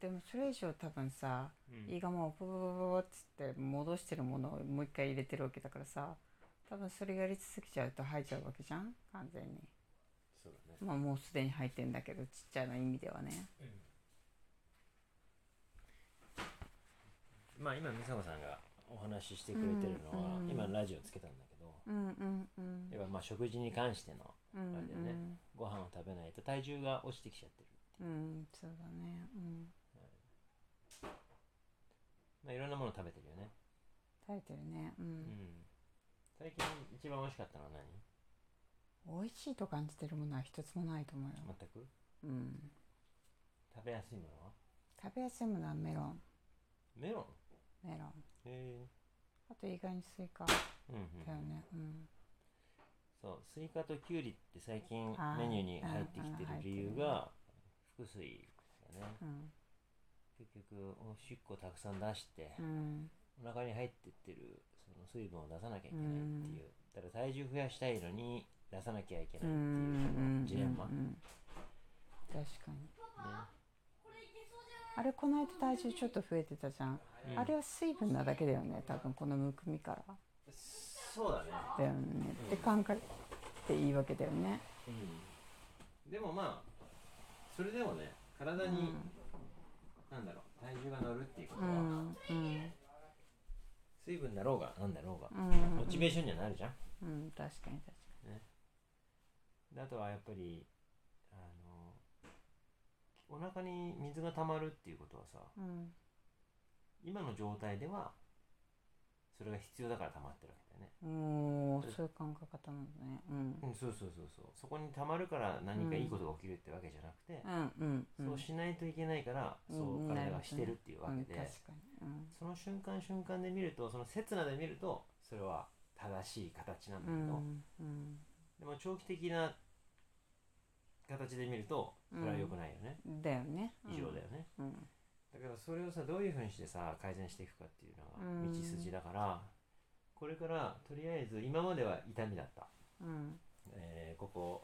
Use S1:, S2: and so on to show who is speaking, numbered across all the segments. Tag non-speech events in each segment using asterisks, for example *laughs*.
S1: でもそれ以上多分さ
S2: うん
S1: 胃がもうポポポポポっつって戻してるものをもう一回入れてるわけだからさ多分それやり続けちゃうと吐いちゃうわけじゃん完全に
S2: そうだね、
S1: まあもうすでに吐いてんだけどちっちゃな意味ではね
S2: まあ今美佐子さんがお話ししてくれてるのは、
S1: うんうん
S2: 今ラジオつけたんだけど、
S1: うんうんうん
S2: やっぱまあ食事に関しての
S1: うん
S2: あれだよね、
S1: うん
S2: ご飯を食べないと体重が落ちてきちゃってる
S1: うんそうだねうん
S2: まあいろんなもの食べてるよね、
S1: 食べてるねう、
S2: うんん、最近一番美味しかったのは何
S1: 美味しいと感じてるものは一つもないと思うよ、
S2: 全く
S1: うん、
S2: 食べやすいものは
S1: 食べやすいものはメロン
S2: メロン
S1: メロン
S2: へ
S1: あと意外にスイカ
S2: えうんうん
S1: だよねうん
S2: そうスイカとキュウリって最近
S1: あー
S2: メニューに入ってきてる理由が腹水だね
S1: うん
S2: 結局おしっこたくさん出して
S1: うん
S2: お腹に入ってってるその水分を出さなきゃいけないっていうだから体重増やしたいのに出さなきゃいけ
S1: う
S2: ないっていうそ
S1: ん
S2: のジレンマ
S1: う
S2: ね
S1: ん確かにあれこの間体重ちょっと増えてたじゃん、
S2: うん
S1: あれは水分なだけだよね多分このむくみから
S2: そうだね
S1: だよねって考えていいわけだよね
S2: うんでもまあそれでもね体に、なんだろう体重が乗るっていうこと
S1: う
S2: は、
S1: んうん
S2: 水分だろうがなんだろうが
S1: う、ん
S2: モチベーションにはなるじゃん
S1: うん確かに確か
S2: であとはやっぱりあのお腹に水が溜まるっていうことはさ
S1: にうん
S2: 今の状態ではそれが必要だから溜まってるわけだよね
S1: おーそういう考え方なんだねうん
S2: うんそうそうそうそうそこに溜まるから何かいいことが起きるってわけじゃなくて
S1: う、んうんうん
S2: そうしないといけないから、
S1: うん
S2: そう
S1: なるほ
S2: 体
S1: ど
S2: が
S1: ね
S2: してるっていうわけで、
S1: うん、確かに、うん
S2: その瞬間瞬間で見るとその刹那で見るとそれは正しい形なんだ
S1: う
S2: け
S1: んう
S2: ど、
S1: ん
S2: でも長期的な形で見るとそれは良くないよね、
S1: だよね
S2: 異常だよね、
S1: うん
S2: だからそれをさどういうふうにしてさ改善していくかっていう
S1: うん
S2: のが道筋だからこれからとりあえず今までは痛みだった、
S1: うん
S2: えーここ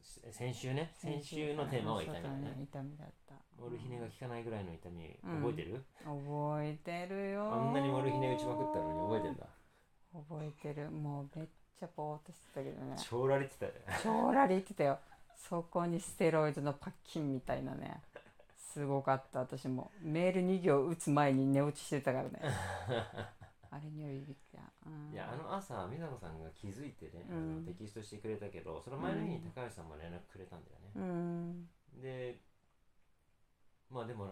S2: す先週ね先
S1: 先
S2: 週のテーマは痛み
S1: そ
S2: だ
S1: うだ
S2: ね
S1: ね痛みだった
S2: モルヒネが効かないぐらいの痛み
S1: うん
S2: 覚えてる、
S1: 覚えてるよ
S2: あんなにモルヒネ打ちまくったのに覚えてんだ
S1: 覚えてるもうめっちゃぼーっとしてたけどね
S2: 超られてたね
S1: 超ラリーってたよそこにステロイドのパッキンみたいなねすごかった私もメール2行打つ前に寝落ちしてたからねあれによりびっくりだうん
S2: いやあの朝美奈子さんが気づいてね、
S1: う
S2: あの
S1: ん
S2: テキストしてくれたけどその前の日に高橋さんも連絡くれたんだよね、
S1: うん
S2: でまあでも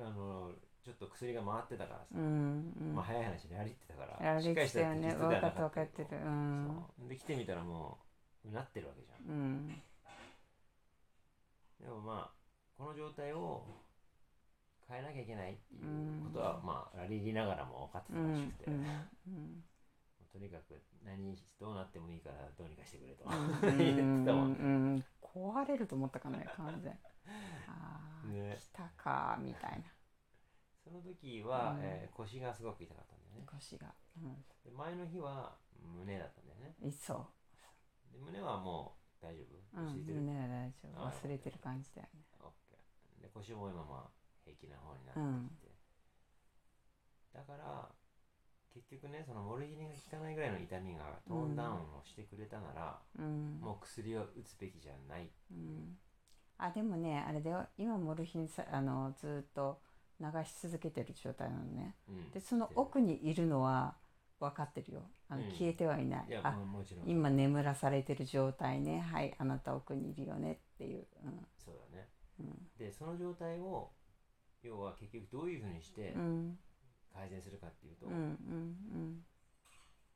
S2: あのちょっと薬が回ってたからさ、
S1: うんうん
S2: まあ早い話ね歩いてたから
S1: やられてたよね
S2: しっ
S1: 分
S2: かりし
S1: か
S2: た
S1: った分かって
S2: テキスト
S1: るう
S2: ではなかったけど
S1: ん
S2: そうで来てみたらもうなってるわけじゃん
S1: うん
S2: でもまあこの状態を変えなきゃいけないっていうことは、
S1: うん
S2: まあラリーながらも分かって
S1: う
S2: たらし
S1: ん
S2: くて、
S1: うん
S2: も
S1: うん
S2: うとにかく何どうなってもいいからどうにかしてくれと、
S1: う
S2: 言ってたも
S1: んう
S2: ん、
S1: ん壊れると思ったからね完全ああ、
S2: ね
S1: 来たかみたいな
S2: その時は、
S1: うん
S2: えー腰がすごく痛かったんだよね
S1: 腰が、う
S2: で前の日は胸だったんだよね
S1: ん、いっそ
S2: で胸はもう大丈
S1: う、う
S2: 夫
S1: ん、
S2: 落ち着いてる、
S1: 胸は大丈夫
S2: あ
S1: 忘れてる感じだよね
S2: オッケーで腰も今まあ平気な方になってきて、だから結局ねそのモルヒネが効かないぐらいの痛みがトーンダウンをしてくれたなら、
S1: うん
S2: もう薬を打つべきじゃない、
S1: うん、あでもねあれだよ今モルヒンさあのずーっと流し続けてる状態なのね
S2: うん
S1: でその奥にいるのは分かってるよあの、
S2: うん
S1: 消えてはいない
S2: いや
S1: あ
S2: もうもちろん
S1: 今眠らされてる状態ねはいあなた奥にいるよねっていう、
S2: そうだね
S1: うん
S2: でその状態を要は結局どういうふうにして
S1: うん
S2: 改善するかっていうと、
S1: うんうんうん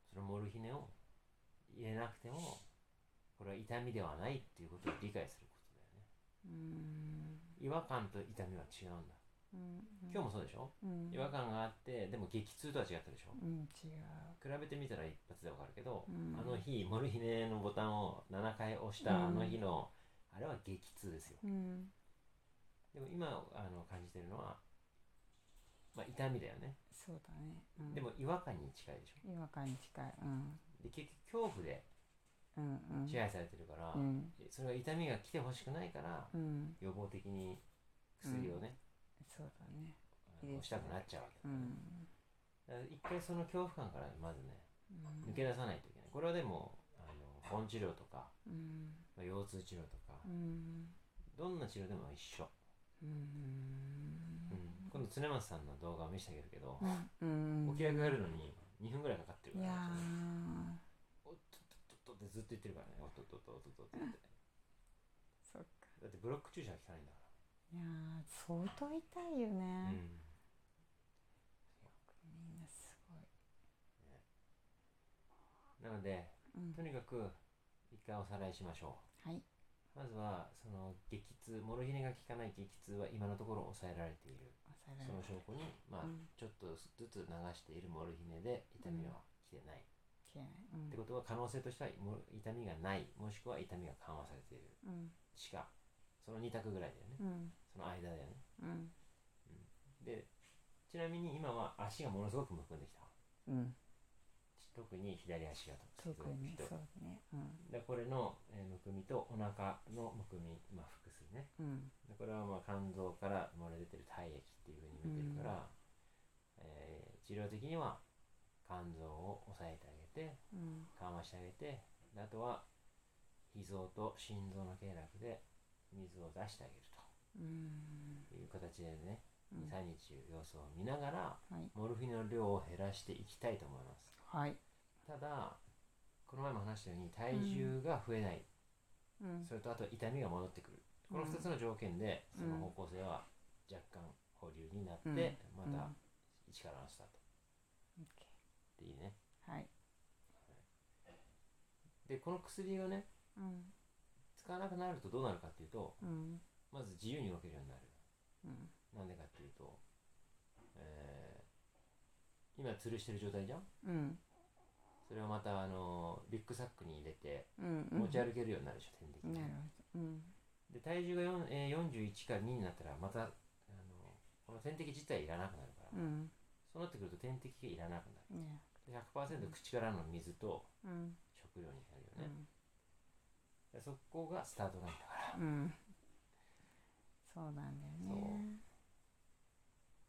S2: そのモルヒネを入れなくてもこれは痛みではないっていうことを理解することだよね
S1: うん
S2: 違和感と痛みは違うんだ
S1: うん
S2: 今日もそうでしょ
S1: うん
S2: 違和感があってでも激痛とは違ったでしょ
S1: うん違
S2: 比べてみたら一発でわかるけど、
S1: うん
S2: あの日モルヒネのボタンを7回押したあの日の、あれは激痛ですよ
S1: ううん
S2: でも今あの感じてるのは、まあ、痛みだよね、
S1: そうだね、うん、
S2: でも違和感に近いでしょ
S1: 違和感に近いうん
S2: で結局恐怖で
S1: うんうん
S2: 支配されてるから、
S1: うん
S2: それは痛みが来てほしくないから
S1: うん
S2: 予防的に薬をね、
S1: そうだねいいですね
S2: 押したくなっちゃうわけ
S1: う
S2: だから
S1: ん、
S2: ねだから一回その恐怖感からまずね
S1: うん
S2: 抜け出さないといけないこれはでもあの本治療とか
S1: うん
S2: まあ腰痛治療とか
S1: うん
S2: どんな治療でも一緒、
S1: うん
S2: うん、今度常松さんの動画を見せてあげるけど
S1: うん
S2: 起き上がるのに2分ぐらいかかって
S1: い
S2: るから
S1: や
S2: ねおっとっとっとっとってずっと言ってるからねおっとっとっとっとっとって
S1: ーそっか
S2: だってブロック注射は効かないんだか
S1: いやー相当痛いよ
S2: ら、
S1: ね、
S2: ん、
S1: みんなすごい、
S2: なので
S1: うん
S2: とにかく一回おさらいしましょ
S1: はい、
S2: うまずはその激痛モルヒネが効かない激痛は今のところ抑えられている
S1: 抑えられ
S2: そ
S1: る
S2: の証拠にまあ、
S1: うん
S2: ちょっとずつ流しているモルヒネで痛みは来てない、
S1: 消えない
S2: ってことは可能性としてはも痛みがないもしくは痛みが緩和されている
S1: うん
S2: しかその2択ぐらいだよね
S1: うんうん
S2: その間だよね
S1: うん
S2: でちなみに今は足がものすごくむくんできた
S1: うん
S2: 特に左足がと
S1: 特に
S2: ひどい
S1: そうだねうん
S2: でこれの、えーむくみとお腹のむくみ、まあ、腹水ね
S1: うん
S2: でこれはまあ肝臓から漏れ出てる体液っていうふうに見てるから、えー治療的には肝臓を抑えてあげて
S1: うん
S2: 緩和してあげてであとは脾臓と心臓の経絡で水を出してあげる
S1: うん
S2: という形でね、
S1: うん
S2: 23日様子を見ながら
S1: はい
S2: モルフィンの量を減らしていきたいと思います
S1: はい
S2: ただこの前も話したように体重が増えない、
S1: うん
S2: それとあと痛みが戻ってくるこの2つの条件でその方向性は若干保留になって、
S1: うん
S2: ま
S1: うん
S2: た一からのスタート
S1: OK
S2: でいいね
S1: はい
S2: でこの薬がね
S1: うん
S2: 使わなくなるとどうなるかっていうと
S1: うん
S2: まず自由に動けるようになる
S1: うん
S2: なんでかっていうと、えー今吊るしてる状態じゃん
S1: うん
S2: それをまたあのリュックサックに入れて
S1: うんうん
S2: 持ち歩けるようになるでしょ、点滴
S1: なるほどうん
S2: で体重が、4えー41から2になったらまたあのこの点滴自体いらなくなるから、
S1: うん
S2: そうなってくると点滴がいらなくなる
S1: ね
S2: で100%口からの水と
S1: うん
S2: 食料になる
S1: う
S2: よね、
S1: ん
S2: でそこがスタートなんだから、
S1: うんそうなんだよね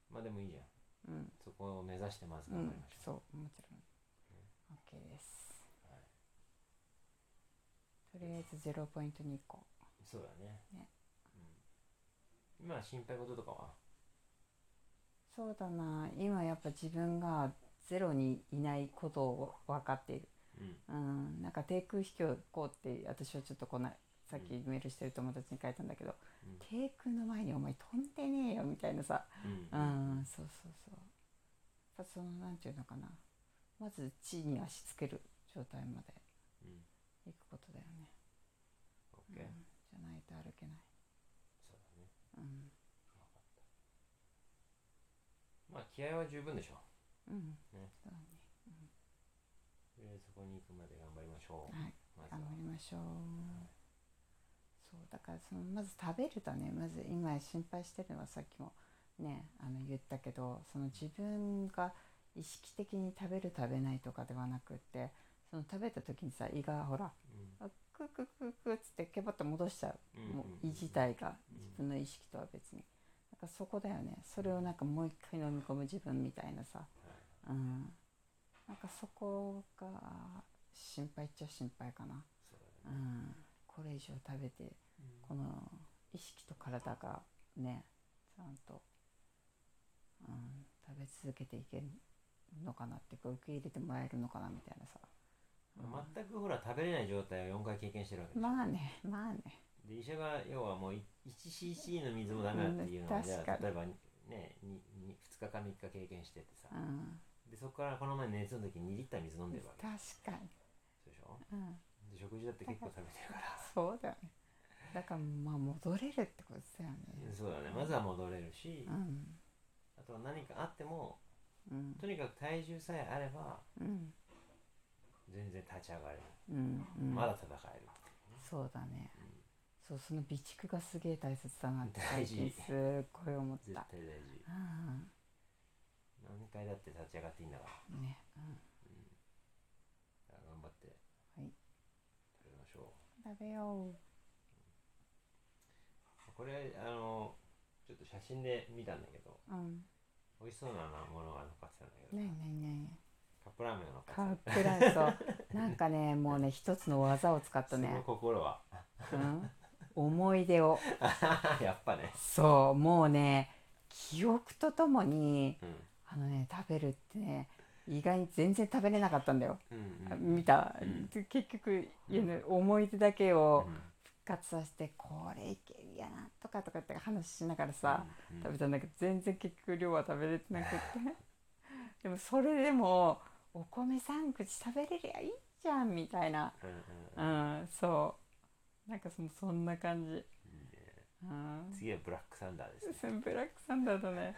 S2: まあでもいいじゃん
S1: うん
S2: そこを目指してまず
S1: う
S2: 頑張り
S1: ん
S2: ましょう、
S1: そうもちろん OK です
S2: はい
S1: とりあえずゼロポイント2個
S2: そうだね
S1: ね
S2: うん、今心配事とかは
S1: そうだな今やっぱ自分がゼロにいないことを分かっている
S2: うん
S1: うんなんか低空飛行こうって私はちょっとこのさっきメールしてる友達に書いたんだけど、
S2: うん
S1: 低空の前にお前飛んでねえよみたいなさう
S2: うん
S1: んそうそうそうやっぱそのなんていうのかなまず地に足つける状態まで
S2: うん
S1: 行くことだよね、
S2: オ
S1: う
S2: ッ
S1: ん、
S2: ケ
S1: じ
S2: ー、
S1: ゃないと歩けない
S2: そうだね
S1: うん
S2: まあ気合は十分でしょ
S1: うん、
S2: ね
S1: そうだね
S2: とりあえずそこに行くまで頑張りましょう、
S1: はい
S2: まずは
S1: 頑張りましょう。そうだからそのまず食べるとねまず今心配してるのはさっきもねあの言ったけどその自分が意識的に食べる食べないとかではなくってその食べた時にさ胃がほら
S2: うん
S1: あククククっつってケバッと戻しちゃ
S2: う
S1: うんも
S2: うん
S1: う胃自体が
S2: うん
S1: 自分の意識とは別にだからそこだよねそれをなんかもう一回飲み込む自分みたいなさ
S2: は
S1: う
S2: い
S1: んなんかそこが心配っちゃ心配かな
S2: そう
S1: う
S2: だね
S1: ん、これ以上食べてこの意識と体がねちゃんと、うん、食べ続けていけるのかなっていうか受け入れてもらえるのかなみたいなさ、うん
S2: まあ全くほら食べれない状態を4回経験してるわけでしょ
S1: まあねまあね
S2: で医者が要はもうい 1cc の水もダメだっていうの
S1: う
S2: を
S1: ん
S2: じゃあ
S1: 確か
S2: 例えばね 2, 日か3日経験しててさ、
S1: うん
S2: でそこからこの前熱の時に2リッター水飲んでるわけ
S1: 確かに、
S2: そうでしょ
S1: うん、
S2: で食事だって結構食べてるから
S1: そうだよねだからまあ戻れるってことだよね
S2: そうだねまずは戻れるし、
S1: うん
S2: あとは何かあっても
S1: うん
S2: とにかく体重さえあれば
S1: うん
S2: 全然立ち上がれる、
S1: うん、うん、
S2: まだ戦える
S1: そうだねそうその備蓄がすげえ大切だなって
S2: 大
S1: 最
S2: 事
S1: 近すっごい思っ
S2: 絶
S1: た
S2: 対大事
S1: う
S2: 何回だって立ち上がっていいんだから
S1: んね、
S2: だから頑張って
S1: うん、はい
S2: 食べましょう
S1: 食べよ
S2: これあのちょっと写真で見たんだけど
S1: うん
S2: 美味しそうなものが残ってたんだけど、
S1: ないないない
S2: カップラーメンが残って
S1: カップラーメンそうなんかねもうね一つの技を使ったた
S2: その
S1: ね、
S2: 心は *laughs*
S1: うん、思い出を
S2: やっぱね
S1: そうもうね記憶とともに
S2: うん
S1: あのね食べるってね意外に全然食べれなかったんだよ、
S2: うん
S1: あ
S2: うん
S1: 見た、
S2: うん
S1: 結局、
S2: うん
S1: いやね思い出だけを
S2: うん
S1: 復活させてこれいけるやなとかとかって話しながらさ、
S2: うん
S1: 食べたんだけど全然結局量は食べれてなくって *laughs* でもそれでもお米3口食べれりゃいいじゃんみたいな
S2: うんうん
S1: う
S2: うん
S1: んそうなんかそのそんな感じ
S2: いいね
S1: うん
S2: 次はブラックサンダーですね
S1: そのブラックサンダーだね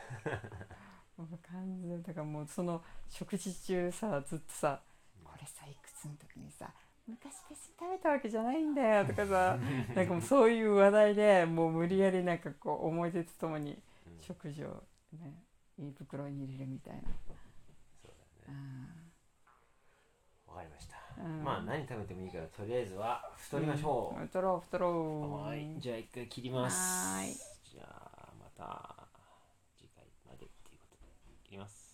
S1: もう完全だからもうその食事中さずっとさ「これさいくつの時にさ昔別に食べたわけじゃないんだよ」とかさなんかもうそういう話題でもう無理やりなんかこう思い出とともに
S2: うんそう
S1: 食事をねいい袋に入れるみたいな、
S2: だねわかりました
S1: うん
S2: まあ何食べてもいいからとりあえずは太りましょ
S1: うん太ろう太ろ
S2: う
S1: う
S2: はいじゃあ一回切ります
S1: はーい
S2: じゃあまた次回までっていうことで切ります